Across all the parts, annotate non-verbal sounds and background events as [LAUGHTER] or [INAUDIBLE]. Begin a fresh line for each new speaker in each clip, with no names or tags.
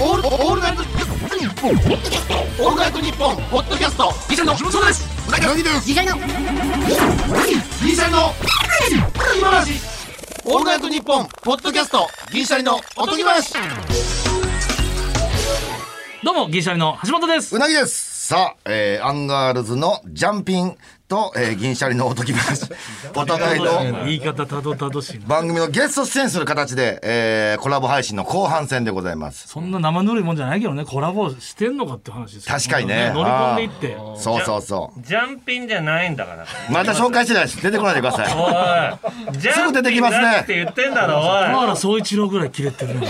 オールオールナイトニッポンオールナイトニッポンポッドキャストギシャリの木本そうですうなぎの
次回の
ギシャリの今話オールナイトニッポンポッドキャストギシャリのおとぎ話
どうも、銀シャリの橋本です。
うなぎです。さあ、えー、アンガールズのジャンピンと、えー、銀シャリのおとぎ話。お互いの
言い方たどたどしいな。
番組のゲスト出演する形で、えー、コラボ配信の後半戦でございます。
そんな生ぬるいもんじゃないけどね、コラボしてんのかって話ですよ
確かにね
乗り込んでいって。
そうそうそう。
ジャンピンじゃないん
[LAUGHS]
だから。
また紹介してないし、出てこないでください。
おい、ジャン
出て
ピ
き
ン
ますね
だって言ってんだろ、
[LAUGHS]
小
おい。
原総一郎ぐらいキレてるね。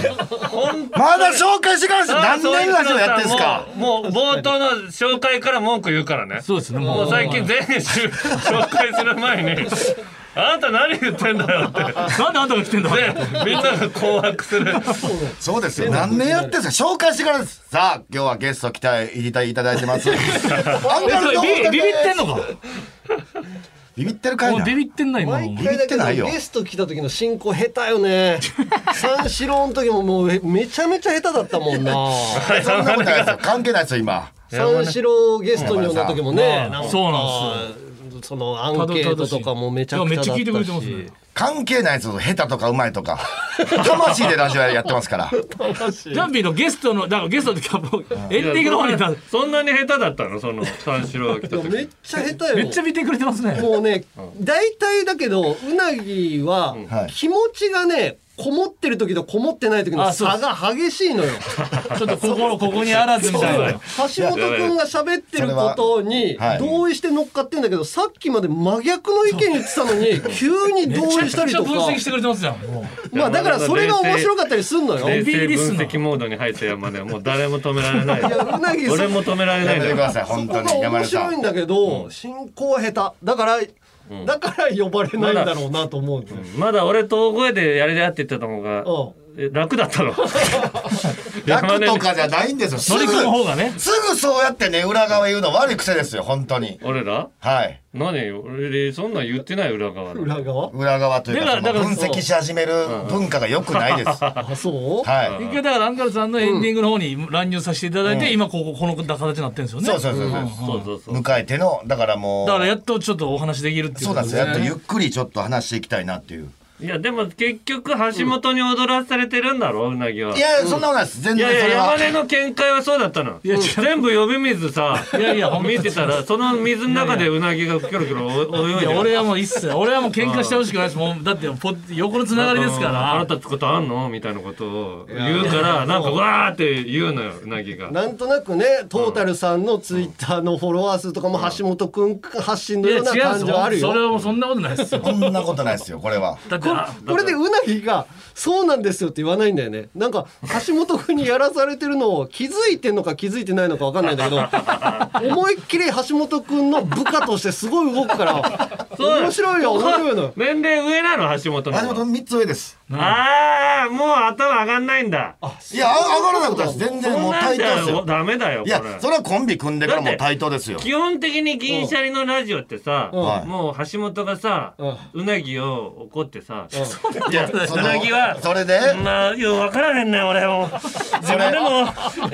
本当
まだ紹介してからです何年ラジオやってんすか
もうもう冒頭の紹介から文句言うからね
そうですね、
も
も
う
う。
最近全員しゅ紹介する前に「あんた何言ってんだよ」って
なんであんたが来てんだ
でみんなが困惑する
そうですよ。何年やってんすか紹介してからです。さあ、今日はゲスト来たい、いたいただいてます。
[LAUGHS]
アン
え
ガールズのお
ビビ
二人
ビビってんのか
ビビってるかい
もう
な。
ビビってんな、今
毎
も。
回だけ
言ってない
ど
よ
ゲスト来た時の進行下手よね
[LAUGHS]
三四郎の時ももうめちゃめちゃ下手だったも
[LAUGHS]
んな
そんなことないですよ。関係ないですよ、今。
三四郎ゲストに呼んだ時もね
まあ
か
そうなん
そのアンケートとかもめちゃくちゃだった
いやめっちゃ聞いてくれてます
し
ね
関係ないですよ下手とかうまいとか魂でラジオやってますから
ジャンピーのゲストの、だからゲストってか、もうエンディングの方にいた
そんなに下手だったのその三四郎が来た
め
時
っちゃ下手よ
めっちゃ見てくれてますね。
もうね大体だけどうなぎは
はい
気持ちがねこもってる時とこもってない時の
あそうで
差
す
が激しいのよ。
[LAUGHS] ちょっと心ここにあらずみたいな。
橋本君が喋ってることに
はい
同意して乗っかってんだけど、さっきまで真逆の意見言ってたのに急に同意したりとか
めちゃくちゃ分析してくれてますじゃん。もう
まあだからそれが面白かったりすんのよ。
冷
い
静分析モードに入った山根はもう誰も止められない
やうなぎそ
俺も止めら
や
れない
めて
ん
く
だ
ださい本当
ここ
に
が
山根
面
さ
白いん
ん
だけど、進行は下手だから、だから呼ばれないんだろうなと思うのよ、
まだ俺と大声でやれやって言ってたのが
うん
え楽だったの山
楽
根
とかじゃないんですよす
乗り
ぐ
込む方がね。
すぐそうやってね裏側言うの悪い癖ですよ本当に
俺ら
はい
何俺そんなん言ってない裏側の
裏側
裏側というか
だから
その分
だから
析し始める文化が良くないですは
あそう、
い
[LAUGHS] 一回だからアンガールズさんのエンディングの方に乱入させていただいて、今こここの形になってるんですよね
そうそうそうそう
そうそうそう
迎えてのだからもう
だからやっとちょっとお話できるっていう
そう
こ
な
と
んですよやっとゆっくりちょっと話していきたいなっていう
いやでも結局橋本に踊らされてるんだろうなぎはい
やそんなことないです全
い
然
や
そ
いや
れは
山根の見解はそうだったの
や違う
全部呼び水さ
いやいや本当
見てたらその水の中でうなぎがキョロキョロ泳い
い
でる
や俺はもう一切俺はもう喧嘩してほしくないですもうだってポッ横のつながりですか
あな
ら
たつことあんのみたいなことを言うからなんかわーって言うのようなぎが
なんとなくねトータルさんのツイッターのフォロワー数とかも橋本君発信の
いや違
よ
う
うん
で
な
す
感じはある
よそれ
よ
はもうそんなことないですよ
そんなことないですよこれは
だってあ
[LAUGHS] これでうなぎが「そうなんですよ」って言わないんだよねなんか橋本君にやらされてるのを気づいてんのか気づいてないのか分かんないんだけど思いっきり橋本君の部下としてすごい動くから
そう
面白いよ面白いのよ
年齢上なの橋本の
橋本三つ上です
ああもう頭上がんないんだ
いやあ上がらなくたです全然
そ
も
ん
う
な
対
ん
等
じ
で
ゃ
すよ
ダメだよ
い
これ
や、それはコンビ組んでからもう対等ですよ。
基本的に銀シャリのラジオってさ、
はい
もう橋本がさ、う
う
なぎを怒ってさ、
いや、そう
なぎは
それで、
まあよう分からへんねん俺も自分で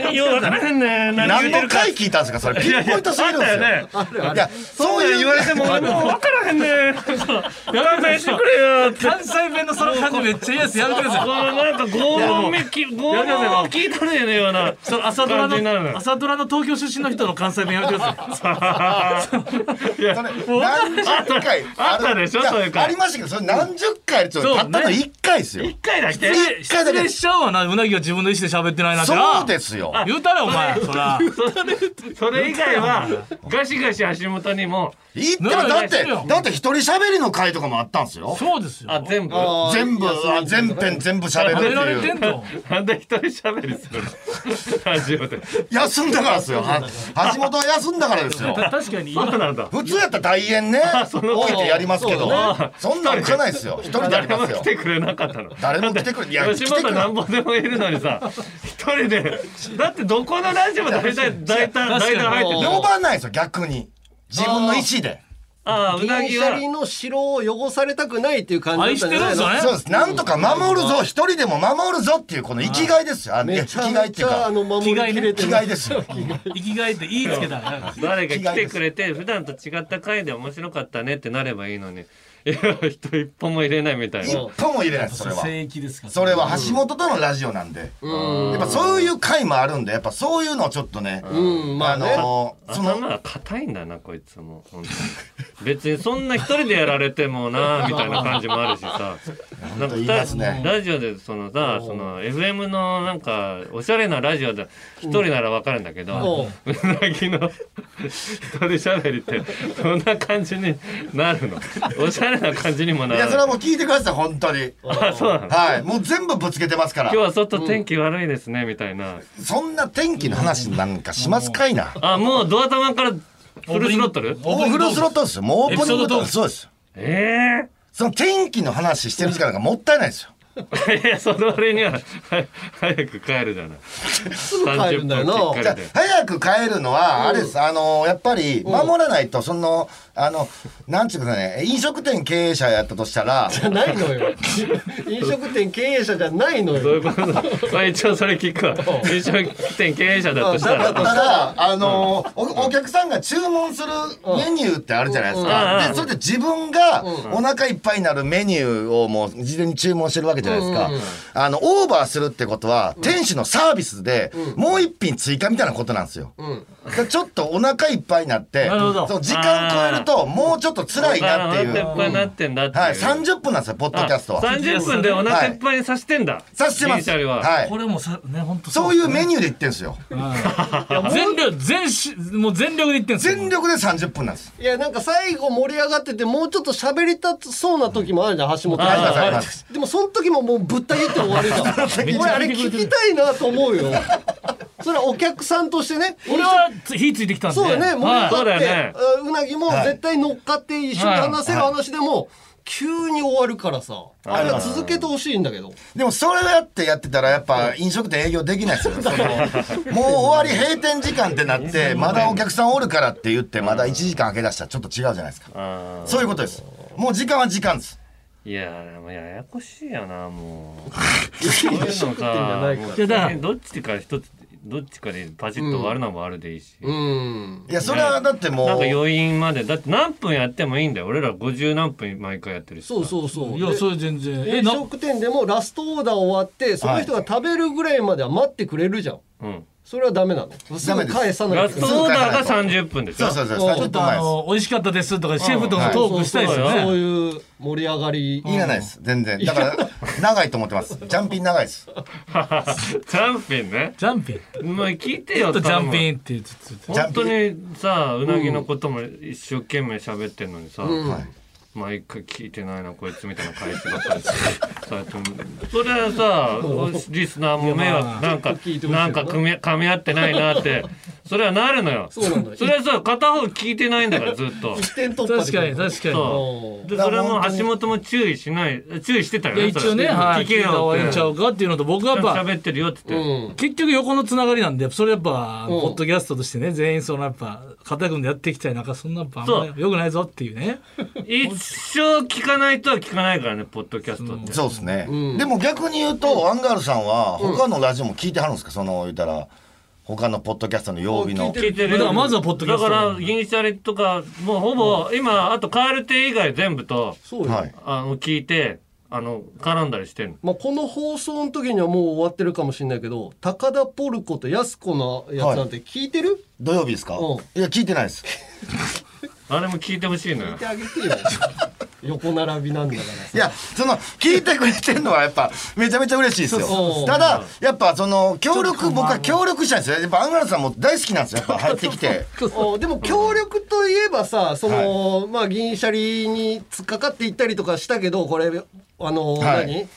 もよう分からへんねん何言
何
ってる
の
か
回聞いたんですか、それ。ピンポイントすぎるんですよ。
あったよね
いや、
そ
そうう
いう
い
言
う
われても俺もう分からへんねん勘弁してくれよって
関西弁のその感じめっちゃ嫌ですやめてくだ
こ
さ
う
い
なんか拷問めき拷問を聞いとるような
その朝ドラ
感じになるの
の朝ドラの東京出身の人の関西弁やめてください
それ
いや
何十回
あったでしょ
ある
そういう回
やありましたけど、それ何十回ちょっ
そう
とたったの
ね
一回ですよ。
一回だけ
一回
失
だけ
礼。しちゃうわなうなぎが自分の意思で喋ってないなんてな
そうですよ。
言うたらお前そら
それ以外はガシガシ橋本にも
いっても
なん
だ
か
って
出してよ
だって一人喋りの回とかもあったんですよ。
そうですよ
あ全部
全部あ全編全部喋るっ
食
て
べられ
い
て
うん
と
なんで一人喋りするのラジオで
休んだからですよ。は橋本は休んだからですよ。
た確かに
そうなんだ
普通やったら大変ね置いてやりますけどそんなん置かないですよ一人でやり
誰
ま
も
す
来
よ
てくれなかったの
誰も来てくれいや来て
吉
く
本
れ
なんぼでもいるのにさ一人でだってどこのラジオも大体大
確
体
か
大
に
体入って
呼ばないですよ逆に自分の意思で
ああうな
銀
ぎ
シャリ
は
の城を汚されたくないっていう感じだったんじゃない
愛してるんです
の
そ
よね
うです。なんとか守るぞ、一人でも守るぞっていう、この生きがいですよ。あのいや
め
生
ちゃ
きがい
め
って
ち
いう
ゃあ
か、
の守りき
生
れて
き
な
が
い
いですよ。
生きがいって言いつけたら
誰か来てくれて普段と違った回で面白かったねってなればいいのにいや人一本も入れないみたい
一
な
歩も入れないです、それは。
聖域ですから
それは橋本とのラジオなんで、やっぱそういう回もあるんでやっぱそういうのをちょっとね、
うんまあね
のそ
頭
の
が硬いんだなこいつも本当に別にそんな一人でやられてもなみたいな感じもあるしさなんか
言いますね
ラジオでそのさその FM のなんかおしゃれなラジオで一人ならわかるんだけどうなぎの一人しゃべりってそんな感じになるのおしゃれな感じにもないる
やそれはもう聞いてください本当に
あそうなの
はいもう全部ぶつけてますから
今日は外天気悪いですねみたいな
そんな天気の話なんかしますかいな
あもうドア玉からフルスロットル
オー
オ
プニ
ー
ン
フ
グ
ルスロットですよもうオープニン
エピソード
グ
トー
と
ク
そうです
ええ
その天気の話してる時間がもったいないですよ
[LAUGHS] いやその割にははい早く帰るじゃない [LAUGHS]
すぐ帰るんだよな
30分
じゃあ早く帰るのはあれですあのやっぱり守らないとそのあのなんちゅうかね飲食店経営者やったとしたら
じゃないのよ飲食店経営者じゃないの
どうい
よ
うことだまあ一応それ聞くわ飲食店経営者だとした
だ
ら
ったら、あのーお、お客さんが注文するメニューってあるじゃないです
うんうん
か。
うん
で、それで自分がお腹いっぱいになるメニューをもう事前に注文してるわけじゃないですか。あの、オーバーするってことは、店主のサービスでもう一品追加みたいなことなんですよ。だからちょっとお腹いっぱいになって、
なるほど
その時間超えるともうちょっと辛いなってい
お腹いっ
う。
ぱいになってんだっていう
はい、30分なんですよ、ポッドキャストは。
あ30分でお腹いっぱいにさせてんだ
さしてま
銀
す。
シャリは
はい
こ。れもさね本当
そういうメニューで言ってんですよ。
全力全しもう全力で言ってんすよ
全力で30分なんです。
いやなんか最後盛り上がっててもうちょっと喋りたそうな時もあるじゃん橋本
ありがとうござい
さ
ま
ん
す。
でもその時ももうぶった切って終わるじゃん俺あれ聞きたいなと思うよそれはお客さんとしてね
俺はつ火ついてきたんで
そうだね、盛り
は
上
そ
が
う
っ
だよ
て、
ね
うなぎも絶対乗っかって一緒に話せる話でも、急に終わるからさ、あれは続けてほしいんだけど。
でもそれをやってやってたらやっぱ飲食店営業できないですよ。そのもう終わり閉店時間ってなってまだお客さんおるからって言ってまだ1時間開け出したらちょっと違うじゃないですか。
あ
そういうことです。もう時間は時間です。
ーいやでもややこしいよなもうそういうのさもう
いやだから
どっちか一つどっちかでパチッと終わるのもあるでいいし、
うん。
いやそれはだってもう
なんか余韻までだって何分やってもいいんだよ俺ら50何分毎回やってるしさ
そうそうそう。
いや
で
それ全然え
飲
な
食店でもラストオーダー終わって、その人が食べるぐらいまでは待ってくれるじゃん。
うん
それはダメなの。す
ダメ
ぐ
です
返さない
ラ
と
ス
いけない
トオーダーが30分でし
そ
ょ
うそうそう。
もう
30
ちょっ
分
とあ
前です。
の美味しかったですとかシェフとのトークしたいですよ
は
ね
い
そういう盛り上がり。
いらないです。全然。だから長いと思ってます。ジャンピン長いです。
ジャンピンね。
ジャンピン
もう聞いて
ちょ
よ。
っとジャンピ
ン。
ンって言って言って
本当にさ、うなぎのことも一生懸命喋ってんのにさ、
はい。
毎回聞いてないな、こいつみたいな返しばっかりしてさそれはさ、リスナーも迷
いやま
惑、
あ
なんか
聞い、てほしいよな
なんか組み噛み合ってないなって、それはなるのよ。
そうなんだよ
それはさ、片方聞いてないんだから、ずっと。
一点突破
確
でき
か
ない
に確かに
そ
うん
う。で、それはもう橋本も注意しない、注意してたよ
いや
ね。
一応ね、
それ
はい、
聞け
聞いた方
よ
がいい
っ
ん
て。
ちゃうかっていうのと、僕はやっぱ、
喋ってるよって言って。
結局横のつながりなんで、それやっぱ、ポッドキャストとしてね、全員そのやっぱ、肩組んでやっていきたい中、そんなやっぱ、あんま
そう
り良くないぞっていう
[LAUGHS]
ね。
一生聞かないとは聞かないからねポッドキャストって、
そうですね。でも逆に言うとアンガールさんは他のラジオも聞いてはるんですか。その言ったら他のポッドキャストの曜日の。
聞いてる
だからまずはポッドキャスト
だから銀シャリとかもうほぼ、今あとカール亭以外全部と
そうよ。
はい。
あの聞いてあの絡んだりしてるの
まあ、この放送の時にはもう終わってるかもしれないけど高田ポルコとやす子のやつなんて聞いてる、
土曜日ですか。
うん
いや聞いてないです。
あれも聞いてほしいのよ
聞いてあげてよ横並びなんだから
いやその聞いてくれてるのはやっぱめちゃめちゃ嬉しいですよ
そうそう
ただやっぱその協力僕は協力したいんですよやっぱアンガールズさんも大好きなんですよやっぱ入ってきて
おでも協力といえばさその、まあ銀シャリに突っかかっていったりとかしたけどこれあの、
はい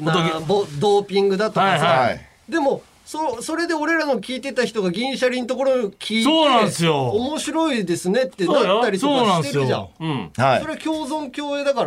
何なボドーピングだとかさ、
はいはい
でもそそれで俺らの聞いてた人が銀シャリのところを聞いて
そうなんですよ
面白いですねってなったりと
そうな
か
ん
し
で
て
す
るじゃん
よ
そ。
うん
はい
れは共存共栄だか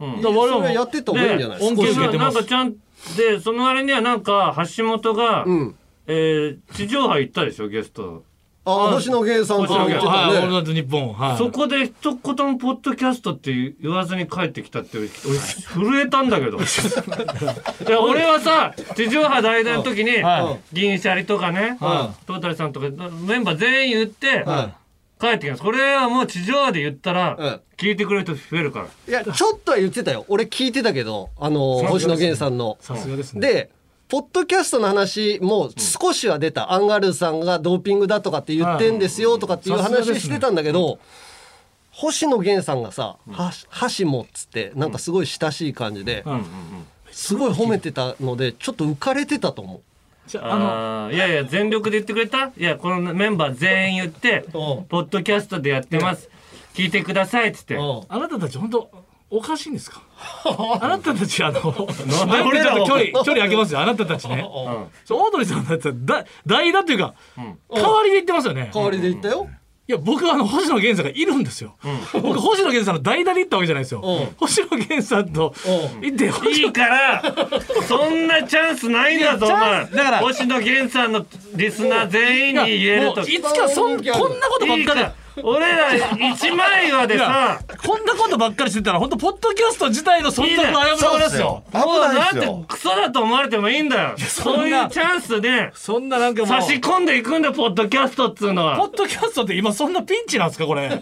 ら、
ん
それはやってった方がいいんじゃない
で音源受け
けど
て
な
ま
ん
す
かちゃんでその割にはなんか橋本が、
ん
えー地上波行ったでしょゲスト
ああ星野源さんとか言って
はい、オー
た
ル
ね
ナイトニッポン。はい。
そこで一言もポッドキャストって言わずに帰ってきたって俺震えたんだけどいや俺はさ地上波代打の時に
は
銀シャリとかね
は
トータルさんとかメンバー全員言って
は
帰ってきますこれはもう地上波で言った
うん
ら聞いてくれる人増えるから
いやちょっとは言ってたよ俺聞いてたけどあの星野源さんの
さすがですね。
でポッドキャストの話も少しは出た、アンガールズさんがドーピングだとかって言ってんですよとかっていう
さすがで
話
す
し
ね
てたんだけど、星野源さんがさ「はし箸も」っつってなんかすごい親しい感じで、
うんうんうん
すごい褒めてたのでちょっと浮かれてたと思う。
じゃあ、あの、
あーいやいや全力で言ってくれたいやこのメンバー全員言って
うん
ポッドキャストでやってます聞いてくださいっつって
うん
あなたたち本当おかしいん
[LAUGHS]
ですかあなたたちあの、
んで俺らを
ちょっと距離、距離開けますよ、あなたたちね。
うん
そうオードリーさんだったら、だ、代打というか、代わりで言ってますよね。
代わりで言ったよ、
いや、僕はあの、星野源さんがいるんですよ。僕、星野源さんの代打で行ったわけじゃないですよ
うん。
星野源さんと
う
行って、星
い
野
いから、そんなチャンスないんだぞ、お
いや
前。
チャンスだから
星野源さんのリスナー全員に言える
も
と。
ういつかそん、こんなことばっ
いい
か
か
り。
ら、俺ら一枚岩で
いや
さ、
こんなことばっかりしてたら本当ポッドキャスト自体の存続が危ぶまれますよ
危ないです
もうなん
よ
てクソだと思われてもいいんだよ。
そん
そうい
な
うチャンスで
そんななんかもう
差し込んでいくんだよ、ポッドキャストっつうの
ポ
は。
ッドキャストって今そんなピンチなんですかこれ
ピン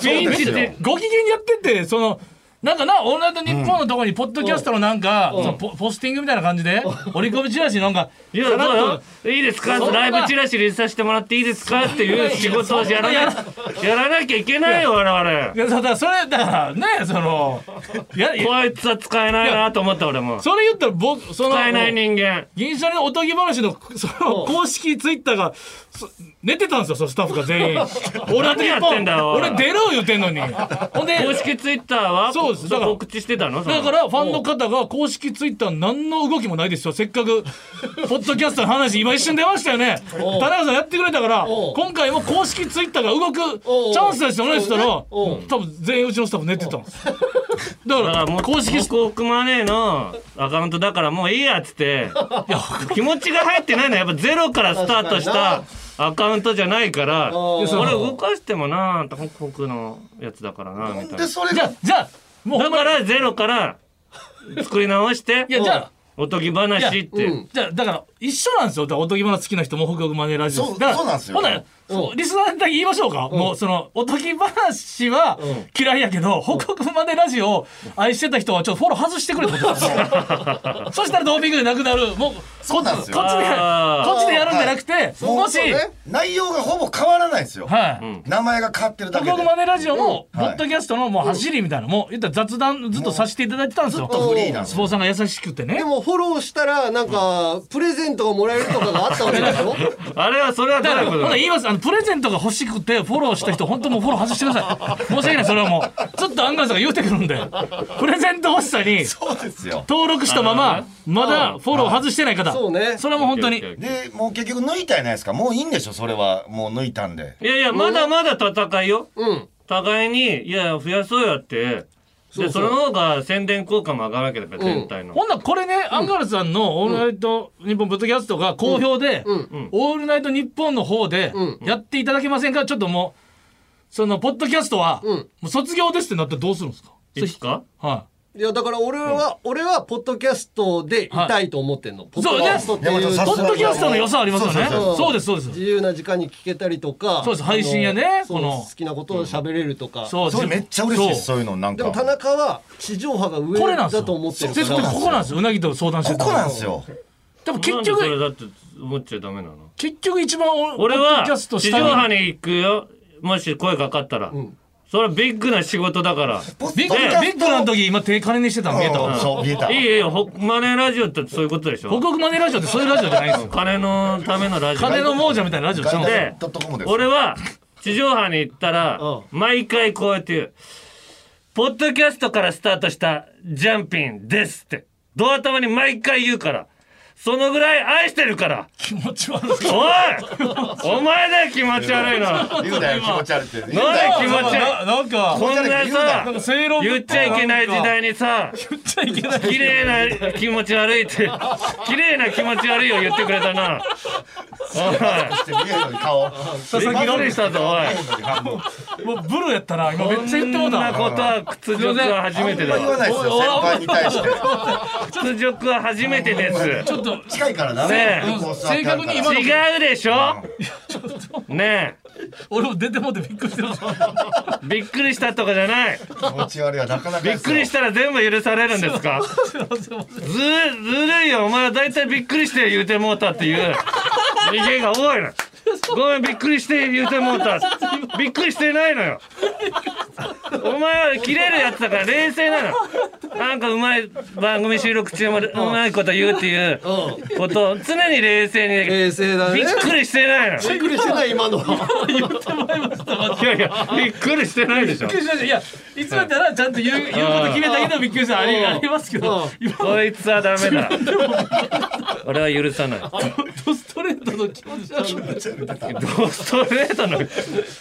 チっ
そうですよ
て。
ご機嫌にやってってそのなんかな「オールナイトニッポン」のとこにポッドキャストのなんか、そのポポスティングみたいな感じで折り込みチラシなんか
いや、
さらっと
そうよ。いいですか
そんな
ライブチラシリリースさせてもらっていいですかっていう仕事をやらな
や
やらなきゃいけないよ、我
い
々。
やだからそれだからねそのやいや
こいつは使えないなと思った、俺も。
それ言ったら僕その
使えない人間。
銀シャリのおとぎ話のその公式ツイッターがそ寝てたんですよそのスタッフが
[LAUGHS]
全員俺だけ
やってんだよおい
俺出る言ってんのにほんで
公式ツイッターは
そうですだから
告知してたのその
だからファンの方が公式ツイッター何の動きもないですよせっかくポッドキャストの話今一瞬出ましたよね田中さんやってくれたから
おう
今回も公式ツイッターが動くチ
おう
ャンスですよねって言ったら
おう
多分全員うちのスタッフ寝てたんですだか
だかららもう
公
公
式
式
い
スコークマネーのアカウントだからもういいやっつって
や
気持ちが入ってないのはやっぱゼロからスタートしたアカウントじゃないから
ー
それ動かしてもなあホクホクのやつだからなみたい
で
な
それ
じゃあ
が
じゃあもうほ
だ
んま
か
に
らゼロから作り直して
いやじゃあ
おとぎ話って、
じゃあだから一緒なんですよだからおとぎ話好きな人も北国マネーラジオ
そう
だから
そうなんですよ
ほんならそうリスナーだけ言いましょうか、もうそのおとぎ話は嫌いやけど、北国マネーラジオを愛してた人はちょっとフォロー外して
[LAUGHS]
くれってことですよそしたらドーピングでなくなるもう
そうなんですよ
こっちで
あー
こっちでやるんじゃなくて、
もう
もし、
そうね内容がほぼ変わらないんですよ
はい、
名前が変わってるだけ
北
で
国マネーラジオも、
うん
ポ
はい
ッドキャストのもう走りみたいな、もう言ったら雑談ずっとさせていただいてたんですよ
ずっとフリーなんですよ
スポーさんが優しくてね
でもフォローしたらなんかプレゼントがもらえるとかがあったわけでしょ
あれはそれはどう
だか
い
ら、
うこ
ほ
と
な
だ
言います。あの、プレゼントが欲しくて、フォローした人、本当もうフォロー外してください。申し訳ない、それはもう。ちょっとアンガールズが言うてくるんで。プレゼント欲しさに、
そうですよ
登録したまま、まだフォロー外してない方。
そうね
それはもう本当に。
い
でもう結局抜いたやないですかもういいんでしょそれはもう抜いたんで
やいやまだまだ戦いよ、
うん
互いにいや増やそうやって
そうそう
でその方が宣伝効果も上がるわけだから全体の、
ほんならこれね、アンガールズさんの「オールナイトニッポン」ポッドキャストが好評で「
うん
オールナイトニッポン」の方で
うん
やっていただけませんかちょっともうそのポッドキャストは、
うん
もう卒業ですってなったらどうするんですか
いつか
はい
やだから俺は、俺はポッドキャストでいたいと思ってんの、ポッドキャストっていう
そうね
いポッドキャストの良さありますよね
そう
そうそう
そうですそうです
自由な時間に聞けたりとか
そうです配信やね
あのそう
この
好きなことを喋れるとか、
そう
それめっちゃ嬉しいです
そ
そういうのなん
で
か
も田中は地上波が
うこれ
上
なんです
だ
よ
と思ってるか
絶対
ら
ここなんですようなぎと相談して
こ
た
こなんですよ
でも結
なんでそれ
局
だって思っちゃダメなの
結局一番
俺
ポッド
は
キャスト
地
した
上波
の
に行くよもし声かかったら、それはビッグな仕事だから
ポッドキャ
ビッグ
スト
ビッグの時今手金にしてたの見えた
うんそう見えた
いいよいいよほマネーラジオってそういうことでし
報
ょ
告マネラジオってそういうラジオじゃないんですよ
金のためのラジオ
金の亡者みたいなラジオちゃうんですよ
で
ドットコムです
俺は地上波に行った
[LAUGHS]
ら
う
毎回こうやって言う「ポッドキャストからスタートしたジャンピンです」ってドア頭に毎回言うからそのぐらい愛してるから
気持ち悪いですけど
おいお前だよ気持ち悪いの
言うなよ気持ち悪いって。言う
な
な
んで
よ
気持ち悪い
ななんか
こんなさ
なんか正論
言っちゃいけない時代
に
にさ
言っちゃいけない
綺麗な気持ち悪いって綺麗な気持ち悪いを言ってくれたなお
見えるのに顔。
いびっくりしたぞおい
もうブルやったな今めっちゃ言っても
こ
うん
な
た
ことは屈辱は初めてだ
言わ
わ
ないですよ先輩に対して。
屈辱は初めてです
ちょっと
近いからダ
ね
メ
え。
こう座ってあるから
正確に今
違うでしょね
俺も出ても [LAUGHS] ってびっくりしてます
えびっくりしたとかじゃない
気持ち悪いはなかなか
びっくりしたら全部許されるんですかずずるいよお前は大体びっくりして言うてもうたっていう逃げが多いのごめんびっくりして言うてもうたびっくりしてないのよお前は切れるやつだから冷静なのなんかうまい番組収録中もうまいこと言うっていうことを常に冷静に
冷静だね
びっくりしてないの
びっくりしてない今のは
いやいやびっくりしてないでし
び
ょ
っくりしましたいやいつもやったらちゃんと言う言うこと決めたけどびっくりしたありありますけ
う
ど
ん
今の
こいつはダメだ俺は許さない
ドストレートの気持ち悪い
ドストレートの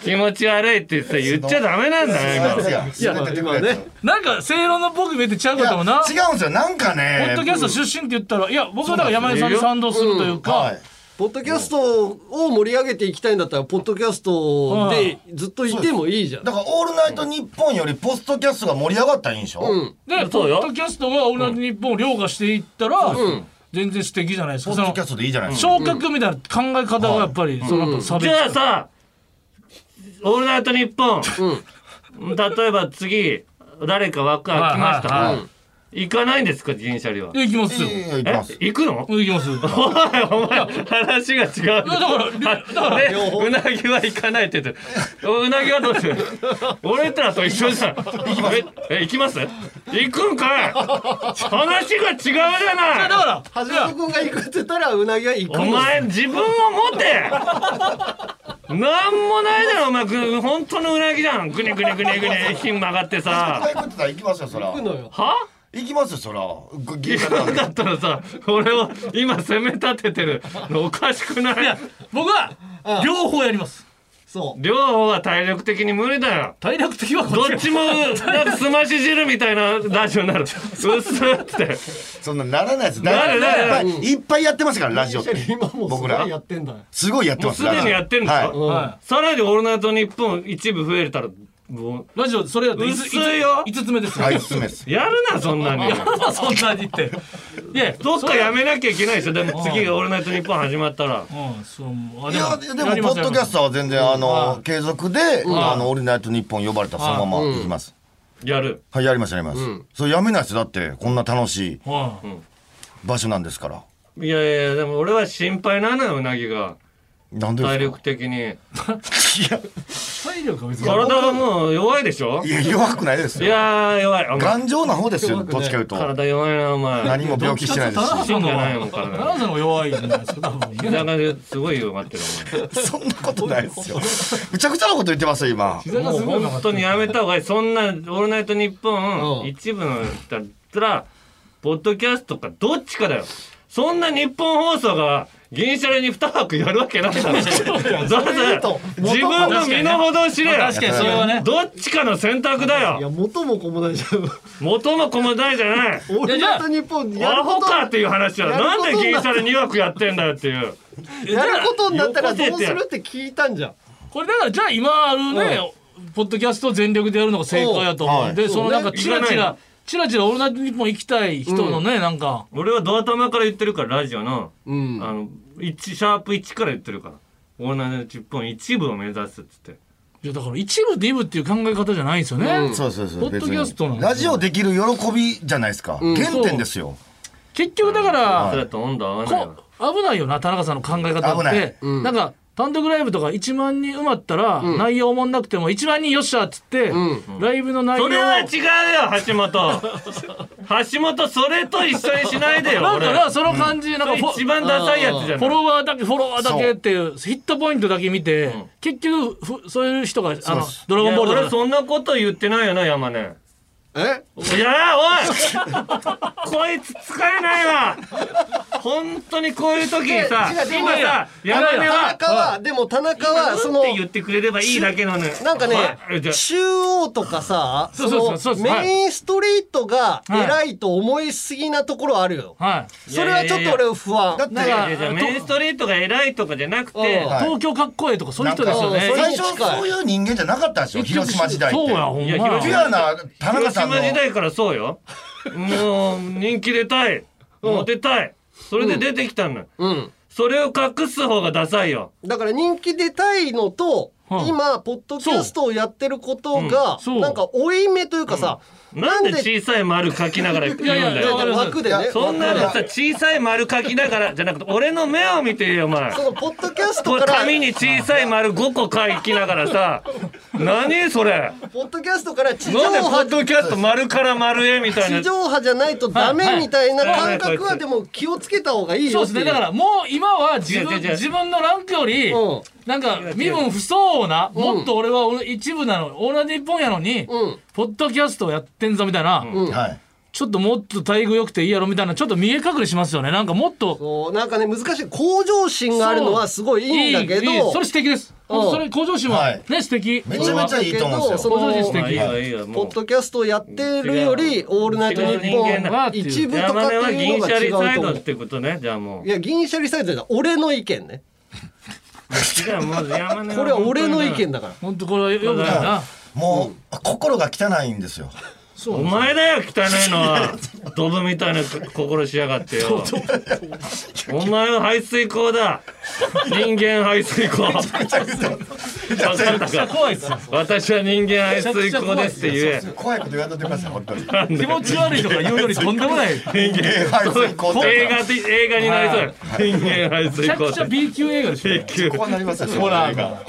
気持ち悪いってさ言っちゃダメなんだよ今
いや今
今ね
ね。
なんか正論の僕見えてちゃうかともな
違うんですよなんか
ポ
ね。
ッドキャスト出身って言ったらいや僕はだから山根さんに賛同するという
は
か
い。
ポッドキャストを盛り上げていきたいんだったらポッドキャストでずっといてもいいじゃん
だからオールナイトニッポンよりポストキャストが盛り上がったらいいんでしょ。
うん
でポ
そうよ
ッドキャストが「オールナイトニッポン」を凌駕していったら全然素敵じゃないです
ポ
か
ス
そ
ト
の
キャストでいいじゃないですか。
昇格みたいな考え方がやっぱりそのやっぱ差
じ
別
ゃあさ「オールナイトニッポン」例えば次誰か枠空きました、
はいはい
うん行かないんですか銀シャリは
で行きますよ
いやいや行き
え
ます。
行くの
行きます
おいお前話が違う
だからだから
でうなぎは行かないって言ってるうなぎはどうする俺たちと一緒じゃんええ行きます行くんかい話が違うじゃない
だから
橋本君が行くって言ったらうなぎは行く
お
もん
前自分を持てなんもないだろお前ぐ本当のうなぎじゃんぐにぐにぐにぐに品曲がって
絶
さ
対行くってたら行きますよそら
行く。のよ
は
行きますよそら。ぐ銀シャリ
今だ
は
ったらさ俺を今責め立ててるのおかしくない
いや僕は両方やります
そう
両方は体力的に無理だよ
体力的はこ
ど
っち
っちもなんかすまし汁みたいなラジオになるうっすーって
そんなならないです。
なるなる
いっぱいいっぱいやってますからラジオって。
今もうす
僕
ご
ら
いやってんだよ
すごいやってます。
もうすでにやってるんですか
はい
は
さらに「オールナイトニッポン」一部増えたらも
いラジオそれやと
薄いよ
5つ目ですよ
はい、おすすめです。
うやるなそんなに
そんなにっていや
どっかやめなきゃいけないでしょでも次「オールナイトニッポン」始まったら
うんそうあ
いやでも
やりま
ポ
す
ッドキャストは全然あの継続で「あのオールナイトニッポン」呼ばれたらそのまま行きます。
やる
はいやりますやります。それやめないですよだってこんな楽しい
は
場所なんですから。
いやいやでも俺は心配なのようなぎが
なんで
体
です
力的に
い体力は別に
体がもう弱いでしょ
か。いや弱くないです
い
よ。
やー弱いお前
頑丈な方ですよ。どっちかいうと
体弱いなお前
何も病気してないです
田中
し。
さんの
じ
方
ゃないもん
が田
体
中さんの方が弱いじゃないですか多分
膝がすごい弱ってる
そんなことないですよ。むちゃくちゃなこと言ってますよ今。
膝
お
がす
前
ごい
も
の
う
が
本当にやめた方がいいそんな「オールナイトニッポン」
うん
一部のだったらポッドキャストかどっちかだよそんな日本放送が銀シャレに2泊やるわけないだろだって自分の身の程を知れよ
確かにそれはね
どっちかの選択だ
い
よ
や元も子もないじゃん
元も子もないじゃない
俺だと日本や
ア
るこ
ホ
と
かっていう話は
やる
なん
こと
で
に
銀シャレ2枠やってんだよっていう
やることになったら
よこせ
ど
っ
う
て
す
や
るって聞いたんじゃん
これだからじゃあ今あるねポッドキャストを全力でやるのが正解やと思うんで
ん
そのなんか
そうね
チラチ
いらない
ラチラチラ「オールナイトニッポン」行きたい人のねなんか
俺はドア玉から言ってるからラジオの
うん
あの1シャープ1から言ってるから「オールナイトニッポン」一部を目指すっつって
いやだから一部で一部っていう考え方じゃないんですよね
そうそうそう。
ポッドキャストなん
別に
ですよ
ラジオできる喜びじゃないですか。原点ですよ。
結局だから
それだと温度合わないわ
こ危ないよな田中さんの考え方
危
っ
な
て
い、
なんか単独ライブとか1万人埋まったら、内容もんなくても1万人よっしゃっつって、ライブの内容
そ
を
れは違うよ
[LAUGHS]
橋本橋本それと一緒にしないでよ
なん
俺
かなその感じ、なんかフォ
一番ダサいやつじゃ
フォ
ない
ロワーだけフォロワーだけっていうヒットポイントだけ見て、結局ふそういう人があのドラ
い
ゴン
や
ボール
俺
とか
そんなこと言ってないよな山根
え
いやーおいこいつ使えないわ本当にこういう時にさ
違う違う
今さ山根
田
は
中はでも田中
今
は
う
そ
んっ
の
て言ってくれればいいだけなのよ
なんかね
はいじゃあ
中央とかさ
そうそうそうそう
その
そうはい
メインストリートが偉いと思いすぎなところあるよ
はい
それはちょっと俺は不安
いやいやい
な
や
んか
メインストリートが偉いとかじゃなく
う
て
ん
はい
東京かっこいいとかそういう人ですよ
なんか
ね
それ
最
に
初
近い
そういう人間じゃなかったんですよ広島時代って
そうやほん
いや
ま
広
ピ
島
ュアな田中
広
さんの
島時代からそうよもう人気出たいモテたいそれで出てきたのよ
うん
それを隠す方がダサいよ
だから人気出たいのと
うん
今ポッドキャストをやってること
そうう
が
んそう
なんか負い目というかさ
なんで小さい丸書きながら言うんだ
いやいやいや
よ
わかります
枠でね
そんなの
枠
さ
で
小さい丸書きながらじゃなくて俺の目を見てよお前
そのポッドキャス
こ
ト
れ
から
紙に小さい丸5個書きながらさ何それ
ポッドキャストから地上
なんでポ
波
ッドキャスト丸から丸へみたい
地
な
上波じゃないとダメみたいな
はいは
感
い
覚はでも気をつけた方がいい
そ
よ
う
っ
です
てい
ね
う
だからもう今は自
違う違
分
う違う
自分のランクより
うん
なんか
違う
身分不相応なもっと俺は俺一部なの同じ日本やのに
うん
ポッドキャストをやってんぞみたいな
はい
ちょっともっと待遇良くていいやろみたいなちょっと見え隠れしますよねなんかもっと
そうなんかね難しい向上心があるのはすごいいいんだけど
いいいいそれ素敵です
うん
それ向上心
は
はいね素敵
めちゃめちゃいいと思うんですよ
そ
向上心素
の
まあいい
敵
よいいよも
ポ
う
ッドキャストをやってるよ
違
り
う
「オールナイトニッポ
違う人間だ
ン」一部とかっ
山
て
根は
いう
銀
の
シ
が
ャ
違
リ
うと
サイ
思
ド
う
ってことねじゃあもう
いや銀シャリサイドじゃない俺の意見ね
じゃあもう山根
これは俺の意見だから
本当これはよくないな
もう心が汚いんですよ
そ
お前だよ汚いのはドブみたいな心しやがってよお前は排水口だ人間排水口分かったか
怖いっすよ
私は人間排水口ですって言え
怖いこと言わんといてください本当
[LAUGHS]
に
気持ち悪いとか言うよりとんでもないめ
人間排水口って
映画で映画になりそうや人間排水
ちゃ
口
く
っ
ちゃ
て
B 級映画でしょ
こうなりますよ
ホラー
が
がなん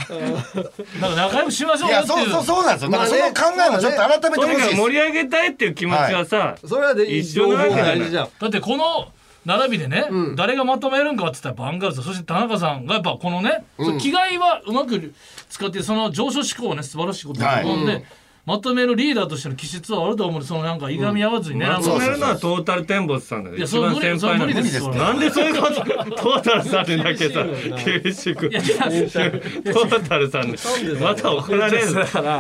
か仲良くしましょ
いう
よ
や
って
そうそう
いう
そうなんですよだからその考えもちょっと改めて
とに
ほ
か
し
く
いで
盛
す
り上げたいっていう気持ちはさ
それはで
一緒
情
なわ
報
け
が
ない
大事じゃん
だってこの並びでね誰がまとめるんかって言ったらバンガールズそして田中さんがやっぱこのねその気概はうまく使ってその上昇志向をね素晴らしいことだと思うんでまとめるリーダーとしての気質はあると思うのでそのなんかいがみ合わずにねな
ま
ん
と
か
めるのはトータルテンボスさんだよ
いや
一
それ
番
無理
先
それ
輩な
無
の
理で
無
すそ
理
れ
なんでそういうことトータルさんにだけさ厳しくトータルさんにまた怒られる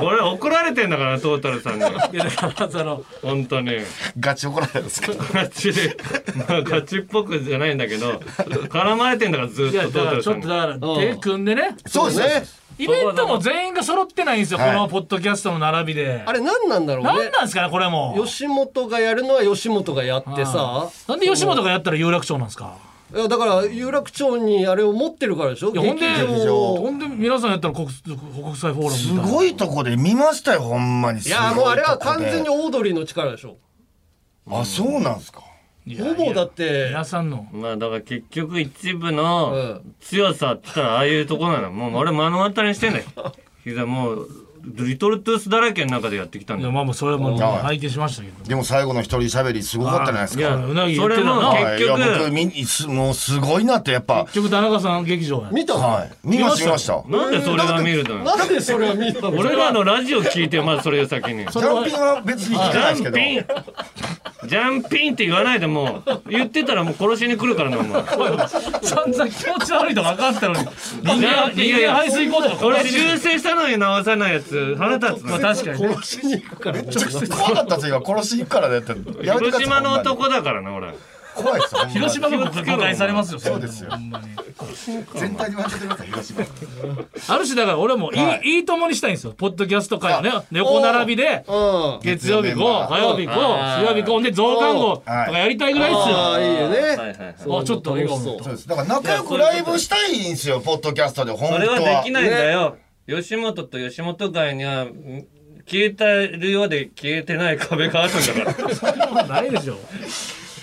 俺怒られてんだからトータルさんに
いやだからその
本当に
ガチ怒られるんですけど
ガチでまあガチっぽくじゃないんだけど絡まれてんだからずっ
いや
と
だから
トータル
ち
さ
ょ
ん
っと
に
だから手組んでね
そうですね
イベントも全員が揃ってないんですよこ
はい
のポッドキャストの並びで
あれ何なんだろう
何
ね
なんですかねこれもう
吉本がやるのは吉本がやってさ
なんで吉本がやったら有楽町なんですか
いやだから有楽町にあれを持ってるからでしょ
いやほんで
劇場
ほんで皆さんやったら国国国際フォーラムみた
す
いな
ごいとこで見ましたよほんまに
いやもうあれは完全にオードリーの力でしょ
あそうなんですか
いや
ほぼだって
皆さんの
まあだから結局一部
う
の
ん
強さって言ったらああいうとこなのもう俺目の当たりにしてんだよ膝もうリトルトゥースだらけの中でやってきた
い
ん
や
だよ
まあもうそれはもう
はい
拝見しましたけど
でも最後の一人喋りすごかったじゃないです
い
か
や
うなぎ言
そ
って
れ
たな
も
はい
結
いや
局
僕みすもうすごいなってやっぱ
結局田中さん劇場や
見たの、
はい見ました見ました
なんでそれが見るのよ
なんでそれは見たの
俺
[LAUGHS]
らのラジオ聞いてよまずそれを先にジ
ジャンピンは別に聞かないです
ャ
け
ン
ど
ピンジャンピンって言わないでもう言ってたらもう殺しに来るからなお前
散々気持ち悪いとか分かってたのに人間
いやい
人間
や
排水口とか
[LAUGHS] 俺修正したのに直さないやつ腹立つ
まあ
な
確かにね
殺しに行くからね
怖かったですよ今殺し行くからねってやめてください
広島の
ほんま
男だからな俺
に怖いですよほんまに
広島も誤解されますよ
そうですよ
ほんまに
全体に分けてください広島
ある種だから俺もいい,、、
はい
いともにしたいんですよポッドキャスト界をね
あ
横並びで
うん
月曜
月
日
曜メン
こ
バ
う
ー
火曜日こう
あー
水曜日こうで増刊号とかやりたいぐらいですよ、
ああいいよね、
はいはい
あちょっと笑顔になった
そうですだから仲良くライブしたいんですよポッドキャストで本当
そ
は
れはできないんだよ、吉本と吉本会にはん消えてるようで消えてない壁があるんだから
ないでしょ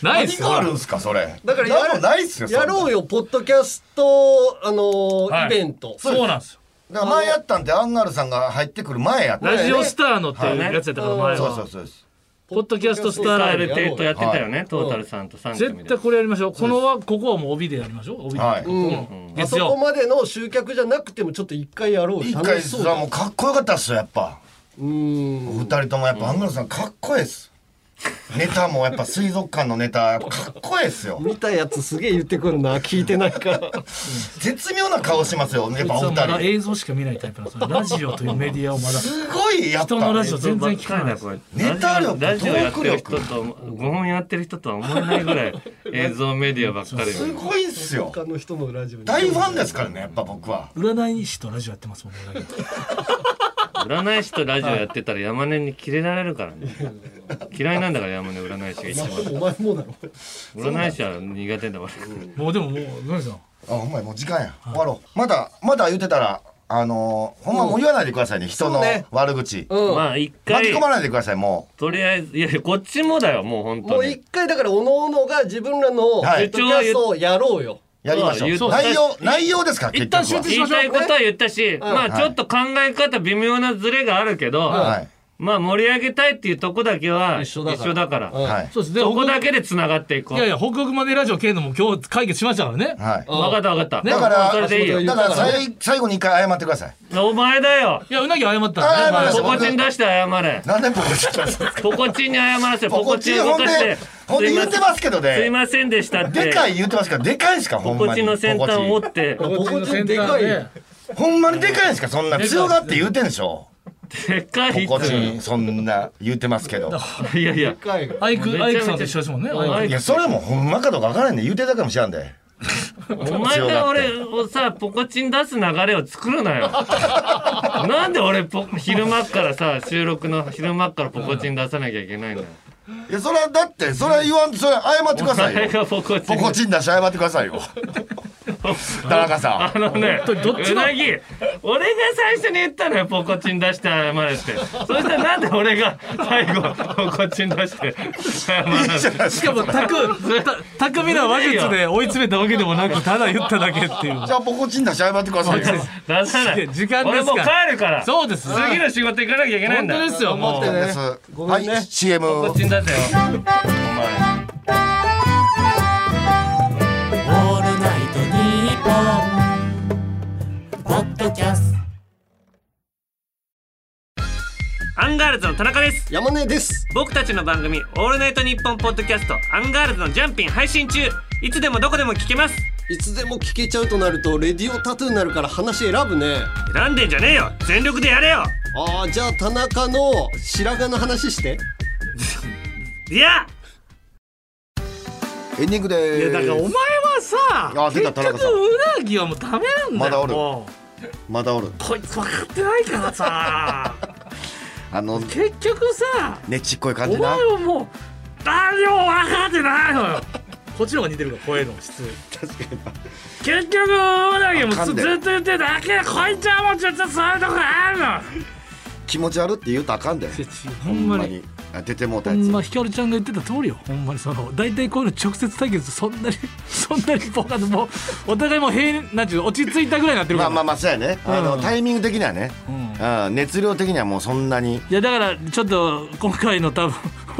ない
何
です
がある
よ
んですかそれ
だからや
なんも
る
ないっすよ
やろ
う
うよポッドキャストあのー
はい
イベント
そうなんですよ
だから前やったんでアンガールさんが入ってくる前やった
ラジオスターのっていう
はい
やつやったから前
そうそう
は
そうです
ポッドキャストスターラ
伝
イブ
えるテイトやってたよね、トータルさんと3組
絶
で
対これやりましょうこのはここはもう帯でやりましょう帯で、
はい
ここの
あ
月
そこ
曜
までの集客じゃなくてもちょっと一回やろうよ
一回
楽しそ
そうれ
だ
はもうかっこよかったっすよやっぱ
うん
お二人ともやっぱアンガールズさんかっこいいですネタもやっぱ水族館のネタやっぱかっこいいですよ
見たやつすげえ言ってくるな聞いてないから
絶妙な顔してますよやっぱお
実はまだ
二人
映像しか見ないタイプなんですよラジオというメディアをまだ
すごいやっ
人のラ
ぱ
ジオ全然聞かない
これ
ネタ力
ラジオやってる
ト
人と5本やってる人とは思えないぐらい映像メディアばっかり
すごいっすよ
他の人のラジオに
大ファンですからねやっぱ僕は
占い師とラジオやってますもんねだけど
占い師とラジオやってたら山根にキレられるからね嫌いなんだから山根占い師が一番
お前もだろ
占い師は苦手だわ
もうでももう野上さん
あほんまやもう時間や終わろうまだまだ言ってたらあのーほんまもう言わないでくださいね人の
そうね
悪口
うん
まあ一
巻
回
き込まないでくださいも
とりあえずいやこっちもだよもう本
も
当
う
に
一回だからおのおのが自分らのポ
は
ッ
い
ドキャストをやろうよ、
うやりまし
そう
ょう
だ
内
言う
容内容ですから結
一旦集
局
中
は
し
言
ま
い
しょう
たいことは言ったし、まあ
はい
ちょっと考え方微妙なズレがあるけど、
はい
まあ盛り上げたいっていうとこだけは一
一緒だから
緒だから、
うん
はい
そうですね
そこだけでつながってい
い
こ
うやいや北国までラジオ系のも今日解決しましたからね
はい
分かった分かった、
ね
だから
それでいいよ
だからさい最後に一回謝ってください
お前だよ
いやうなぎ謝ったんでね
あー
まあ
ポコチン出して謝れ
何年ポコチンですか
ポコチンに謝らせて
ポ
ポ
コ
コ
チ
チ
ン
ン動
ほん
かして
でほんです
いま
言ってますけど
すい
ね
ませんでしたって
でかい言ってますからでかいんすかほ
ポ
んま
コ
に
チンの先端を折って
ポコチンでかいよ
ほんまにでかいんすかそんな強がって言うてんでしょ
でかい
ポコチ
っ
ンそんな言うてますけど
ていやいや
でかいよ
アイ
め
ク
ちゃめちゃ
アイクさんと一緒ですもんね
お前
いやそれもほんまかどうかわからんね言うてたかもしれんで
お前が俺をさポコチン出す流れを作る
[LAUGHS]
なよなんで俺ポ昼間っからさ収録の昼間っからポコチン出さなきゃいけないんだよ
いやそれはだってそれは言わんそれは謝ってください
誰
よ
がポコチ
ポ
ン
コチン出して謝ってください
[LAUGHS]
よ田中さ
あのね、
当にどっち
う
も
なぎ、俺が最初に言ったのよ、ポコチン出して謝れって。そしたらなんで俺が最後、ポコチン出して謝ら
ん
ない
いいじゃないです
しかもたくた巧みな話術で追い詰めたわけでもなくただ言っただけっ
[LAUGHS]
ていう
じゃあポコチン出して謝ってくださ [LAUGHS] いよ
出さない
や
い。
時間ですから
俺もう帰るから。
そうです
次の仕事行かなきゃいけない
本
んだ。
当ですよもう
そうですはい CM
ポコチン出せよ。アンガールズの田中です。
山根です
僕たちの番組「オールナイトニッポン」ポッドキャスト「アンガールズのジャンピン」配信中いつでもどこでも聞けます
いつでも聞けちゃうとなるとレディオタトゥーになるから話選ぶね
選んでんじゃねえよ全力でやれよ
あーじゃあ田中の白髪の話して
いや
エンディングで
だからお前
ーす
はさ
あ出た
結
田中
局
さん
うなぎはもうダメなんだよ
まだおる
も
まだおる
うこいつ分かってないからさ
あの
結局さ
ねちっこい感
お
じな
前はもう何も分かってないのよこっちの方が似てるから声の質確かに結局うなぎも
あか
ず
んで
ずっと言ってるだけでこいつはもうちょっとそういうとこあるの
気持ち悪って言うとあかんで
ほんまに
あ出てもうた
ほ
やつ
んまひかるちゃんが言ってた通りよほんまにその大体こういうの直接対決そんなにそんなにポカンもうお互いもう平なんちゅう落ち着いたぐらいになってる
ま
か
あ
ら、
まあまあそうやねあの
うん
タイミング的にはね
うん
うん熱量的にはもうそんなに
いやだからちょっと今回の多分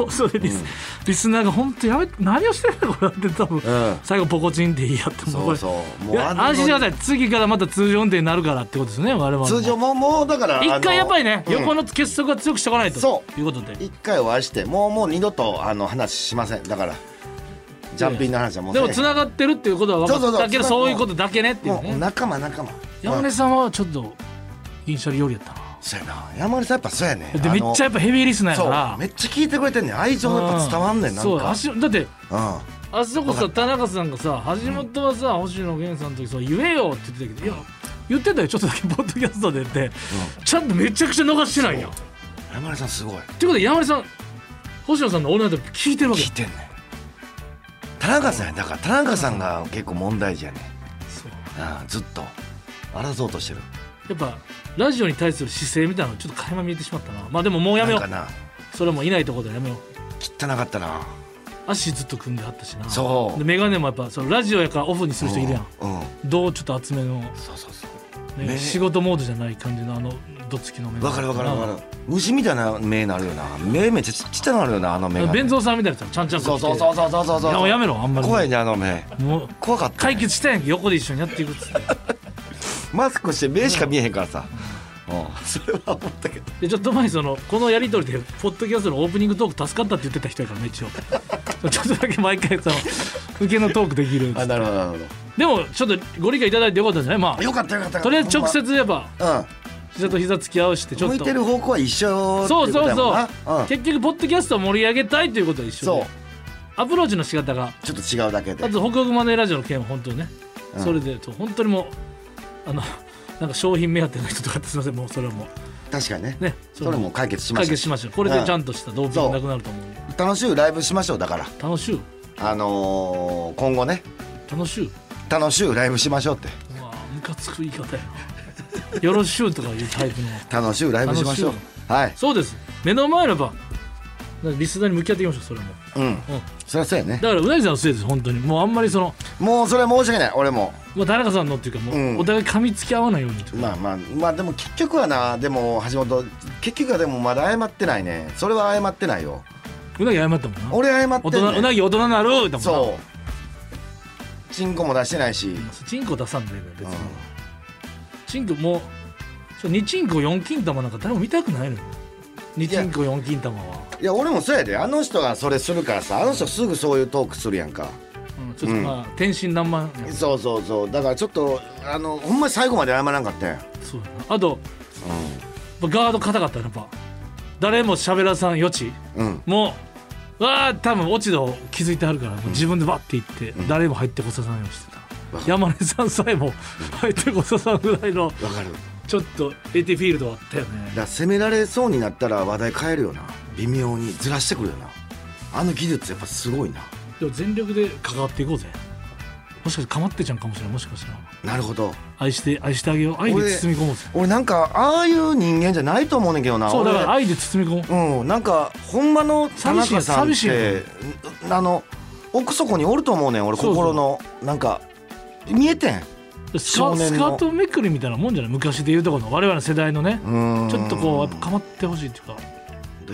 放送でリス,、リスナーが本当やめて何をしてるのこれって多分、
ん
最後ポコチンでいいやっても
そうう
こ
そう
れ
もう
いや
あんの
安心してください次からまた通常運転になるからってことですね我々も
通常もうもうだからあ
一
の
回やっぱりね、
うん
横の結束は強くしとかないと
そ
いうことで
一回お会いしてもうもう二度とあの話しませんだからジャンピンの話はもう
でも
せえへん
つながってるっていうことは分かったけど
そうそうそう
そういうことだけねっていう
もう
ね
仲間仲間
山
ま
根
あ
さんはちょっと銀シャリよりやったな
そうやな山根さんやっぱそうやね
でめっちゃやっぱヘビーリスナーや
そ
か
う
ら
めっちゃ聞いてくれてんねん愛情やっぱ伝わんねんなん
そう
か
足だって
うん
あそこさ田中さんがさ橋本はさ星野源さんの時さ言えよって言ってたけどいや言ってたよちょっとだけポッドキャストでって、ちゃんとめちゃくちゃ逃してないやんって
山根さんすごい
ことで山根さん星野さんのオールナイト聞いてるわけ
聞いてんねん田中さんやだから田中さんが結構問題児やねん
そう
ああずっと争おうとしてる
やっぱラジオに対する姿勢みたいなのちょっと垣間見えてしまったなまあでももうやめよ
なん
う
かな
それもいないところでやめよう
汚かったな
足ずっと組んであったしな
そう
で眼鏡もやっぱそのラジオやからオフにする人いるやん
うんうん
どうちょっと厚めの、
そうそうそう
ね
ね
仕事モードじゃない感じのあのどつきの眼鏡
わかるわかるわかる虫みたいな目になるよな目めっちゃちっちゃなるよなあの目が
弁蔵さんみたいなやつちゃんちゃんこ
そう
着て
そうそうそうそうそう
いやもうやめろあんまり
怖いねあの目
もう
怖かったね
解決したやんけ横で一緒にやっていくっつって
マスクして目しか見えへんからさ、それは思ったけど
でちょっと前にそのこのやり取りでポッドキャストのオープニングトーク助かったって言ってた人やからね一応ちょっとだけ毎回その受けのトークできる [LAUGHS]
あなるほどなる
でもちょっとご理解いただいてよかったんじゃないま
ほどよかったよかった
あとりあえず直接やっぱ
ほんま
膝と膝突き合わせて
う
ち
ん
ょっ
向
と
いてる方向は一緒ってい
そ
こ
う
と
そ
や
う
もん
そ
な
う、
ん
結局ポッドキャストを盛り上げたいということは一緒
そ
でアプローチの仕方が
うちょっと違うだけで
あと北国マネーラジオの件は本当にね、それでと本当にもうあのなんか商品目当ての人とかってすいませんもうそれはも
確かにね
うね
それも解決しま
解
し
決
た
し
し
ましょうこれでちゃんとした動機がなくなると思うんで
楽しいライブしましょうだから
楽しゅう
あのー今後ね
楽しゅう
楽しいライブしましょうって
うわムカつく言い方やなよろしゅうとかいうタイプの
楽しいライブしましょう
楽
はい
そうです目の前のばリスナーに向き合っていきましょうそれも
うんそりゃそうやね
だからうなぎさんのせいです本当にもうあんまりその、
もうそれは申し訳ない俺も
まあ、田中さんのっていうかもう、
うん
お互い噛みつき合わないようにとか
まあまあまあでも結局はなでも橋本結局はでもまだ謝ってないねそれは謝ってないよ
うなぎ謝ったもんな
俺謝って
大人う
ね
なぎ大人になるだもんな
そうチンコも出してないし、
チンコ出さんでね別に、チンコもうちょ2チンコ4金玉なんか誰も見たくないのよ2チンコ4金玉は、
いや俺もそうやであの人がそれするからさあの人すぐそういうトークするやんか、
うんちょっとまあ、天真爛漫
そうそうそうだからちょっとあのほんまに最後まで謝らんかったやん、うん、
そうやなあとやっぱガード硬かったよやっぱ誰も喋らさん余地
うん
もうわあ多分落ち度気づいてあるからもう自分でバッて行って、誰も入ってこささないようにしてた、山根さんさえも入ってこささんぐらいの
わかるだか
ちょっとエティフィールドあったよね
ら責められそうになったら話題変えるよな微妙にずらしてくるよなあの技術やっぱすごいな
でも全力で関わっていこうぜもしかしてかまってちゃんかもしれないもしかしたら
なるほど
愛して愛してあげよう愛で包み込もうぜ
俺なんかああいう人間じゃないと思うねんけどな
そうだから
俺
愛で包み込もう
うんなんかほんまの田中さんっ
寂しい
て
寂
うんあの奥底におると思うねん俺
そうそう
心のなんか見えてん
スカ
少年の
スカートめくりみたいなもんじゃない昔でいうとこの我々の世代のね
うん
ちょっとこうやっぱかまってほしいっていうか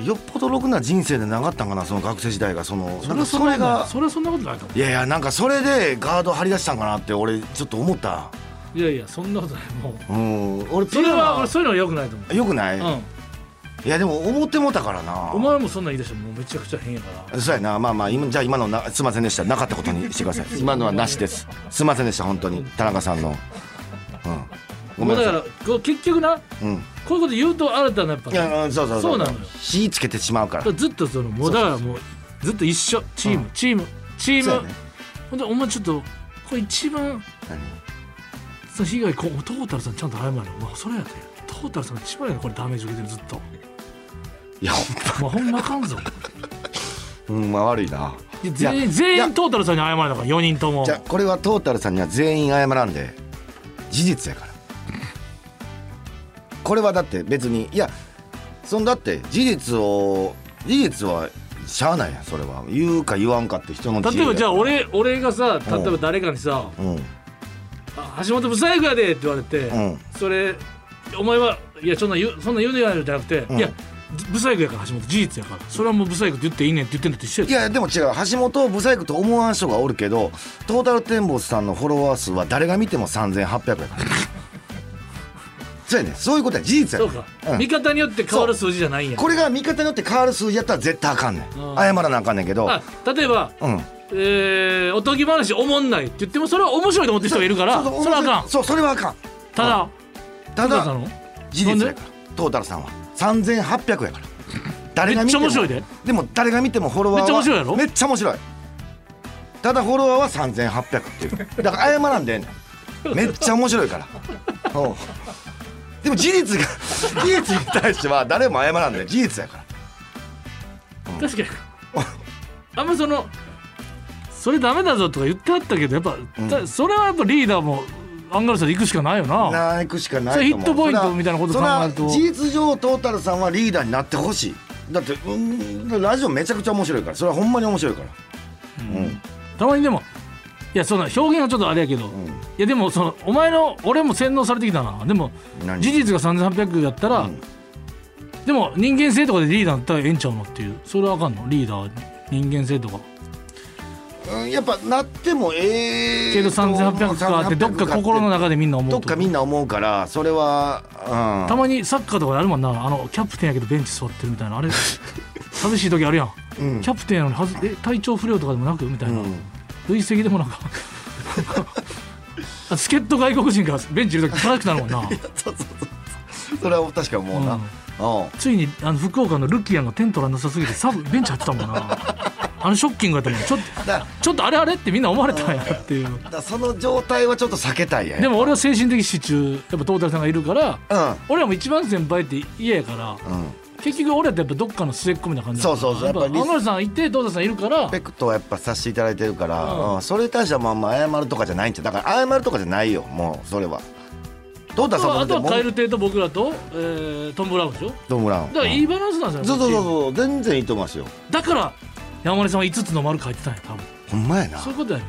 よっぽどろくな人生でなかったんかなその学生時代がその
そ
な
れ
んか
はそ
そ
んな
れ
こ
が
とないそれはそんなことないと思
いやいやなんかそれでガード張り出したんかなって俺ちょっと思った
ういやいやそんなことないもう
うん俺
それは俺
ピ
そういうのは良くないと思
ュアなよくない、
う、うん、
いやでも思ってもうたからな
お前もそんなん言い出したらもうめちゃくちゃ変やから
そうやなまあまあ今じゃあ今のなすいませんでしたなかったことにしてくださ
[LAUGHS]
い今のはなしですすいませんでした本当に田中さんのうんご
も
め
う
な
んだ
さ
か
い
らこう結局なこ
うん
ういうこと言うと新たなやっぱ
いやうんそうそう
そうなのよ
火つけてしまうから
ずっとそのもうだからもうずっと一緒チーム、チームチー
そうや
ム、
ね
ほんでお前ちょっとこれ一番
何
その被害こうトータルさんちゃんと謝れよ、まあ、それやでトータルさんが一番やでこれダメージ受けてるずっ
[LAUGHS]
と
いや
まあほんまあかんぞ
ほんま悪いない
や
いや
全員全
いや
員トータルさんに謝れだから4人とも
じゃあこれはトータルさんには全員謝らんで事実やからこれはだって別にいやそんだって事実を事実はしゃあないやんそれは言うか言わんかって人の自由
例えばじゃあ
やから
俺俺がさ例えば誰かにさ
うん
「あ橋本不細工やで」って言われて、
うん
それお前はいやそんな言うそんな言うのやろじゃなくて、
ん
いや不細工やから橋本事実やからそれはもう不細工って言っていいねんって言ってんだって一緒や
いやでも違う橋本をブサイクと思わん人がおるけどトータルテンボスさんのフォロワー数は誰が見ても3800やから [LAUGHS] そうやねそういうことや事実
そ
や
う
ね
か、
うん
見方によって変わる数字じゃないんや
これが味方によって変わる数字やったら絶対あかんねん
うん
謝らなあかんねんけど
あ例えば、
うん
えーおとぎ話おもんないって言ってもそれは面白いと思ってる人がいるからそ
そうそう
れはあかん
そうそれはあかん
ただ
た
どうした
だ
の
事実やからトータルさんは3800やから誰が見ても
めっちゃ面白いで
でも誰が見てもフォロワーは
めっちゃ面白いやろ
めっちゃ面白いただフォロワーは3800っていうだから謝らんでええねんめ
[LAUGHS]
っちゃ面白いからおうでも事実が事実に対しては誰も謝らんでええ事実やから
確かにあんまそのそれダメだぞとか言ってあったけどやっぱ、だそれはやっぱリーダーもアンガールズで行くしかないよな
なあ行くしかないと思う
それヒットポイントみたいなこと考えると
そらそら事実上トータルさんはリーダーになってほしいだってうんラジオめちゃくちゃ面白いからそれはほんまに面白いから
たまにでもいやその表現はちょっとあれやけど、いやでもそのお前の俺も洗脳されてきたなでも
何
事実が3800やったら、でも人間性とかでリーダーだったらええんちゃうのっていうそれはあかんのリーダー人間性とか
うんやっぱなってもええ
けど3800かってどっか心の中でみんな思う
ど
と
っかみんな思うからそれは、うん、
たまにサッカーとかであるもんなあのキャプテンやけどベンチ座ってるみたい [LAUGHS] なあれ寂しい時あるやん、キャプテンやのにはずえ体調不良とかでもなくみたいな、累積でも [LAUGHS] なんかあ助っ人外国人がベンチいる時辛くなるもんな
それは確か思うな、
うん
うん
ついにあの福岡のルキアンがテントがなさすぎてサブベンチ張ってたもんなあのショッキングやったもんちょっと
だ
ちょっとあれあれってみんな思われたんやっていう
だからその状態はちょっと避けたいや
でも俺は精神的支柱やっぱトータルさんがいるから
うん
俺らも一番先輩って嫌やか
う
ら、
ん
結局俺らってやっぱどっかの末っ子みたいな感じだから
そうそうそう
やっぱ
やっぱり
アンガールズさんいて堂田さんいるから
リスペクトはやっぱさせていただいてるから、うんそれに対してはまあまあ謝るとかじゃないんちゃうだから謝るとかじゃないよもうそれはどうだ
あと
そ
は
の
あとは
も
蛙亭と僕らと、えートム・ブラウンでしょだか
ドムラウン
らいい
うん
バランスなんです
そ
よ、
うそうそう
こっ
そう全然いいと思いますよ
ちだから山根さんは5つの丸書いてたんや多分
ほんまやな
そういうことやね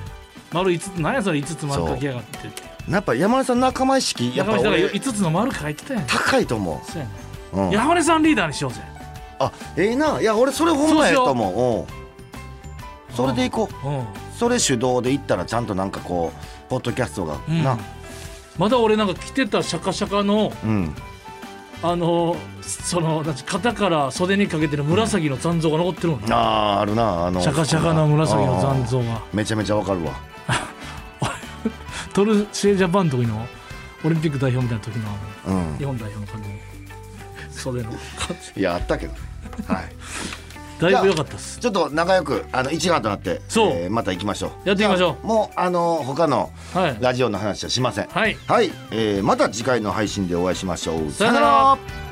丸5つ何やそれ5つ丸書きやがって
やっぱ山根さん仲間意識やっ
山
ぱ
根さんが
俺
5つの丸書いてたやん
高いと思
そうやね
う、うん、
山根さんリーダーにしようぜ
あええないや俺それほんまやと思ううんそれでいこう
うん
それ主導でいったらちゃんとなんかこうポッドキャストが、
うん
な
まだ俺なんか着てたシャカシャカの
うん
あのーそのなんて肩から袖にかけてる紫の残像が残ってるもんな、
あーあるなあの
シャカシャカの紫の残像が
めちゃめちゃわかるわ
トルシエジャパンの時のオリンピック代表みたいな時のあの
うん
日本代表の
[LAUGHS]
感じの袖の
いやあったけどはい [LAUGHS]
だいぶ良かったっす
ちょっと仲良くあの一丸となって
そう
えーまた行きましょう
やっていきましょ
じ
う
ゃあもうあの他の
はい
ラジオの話はしません
はい
はい、えーまた次回の配信でお会いしましょう
さよなら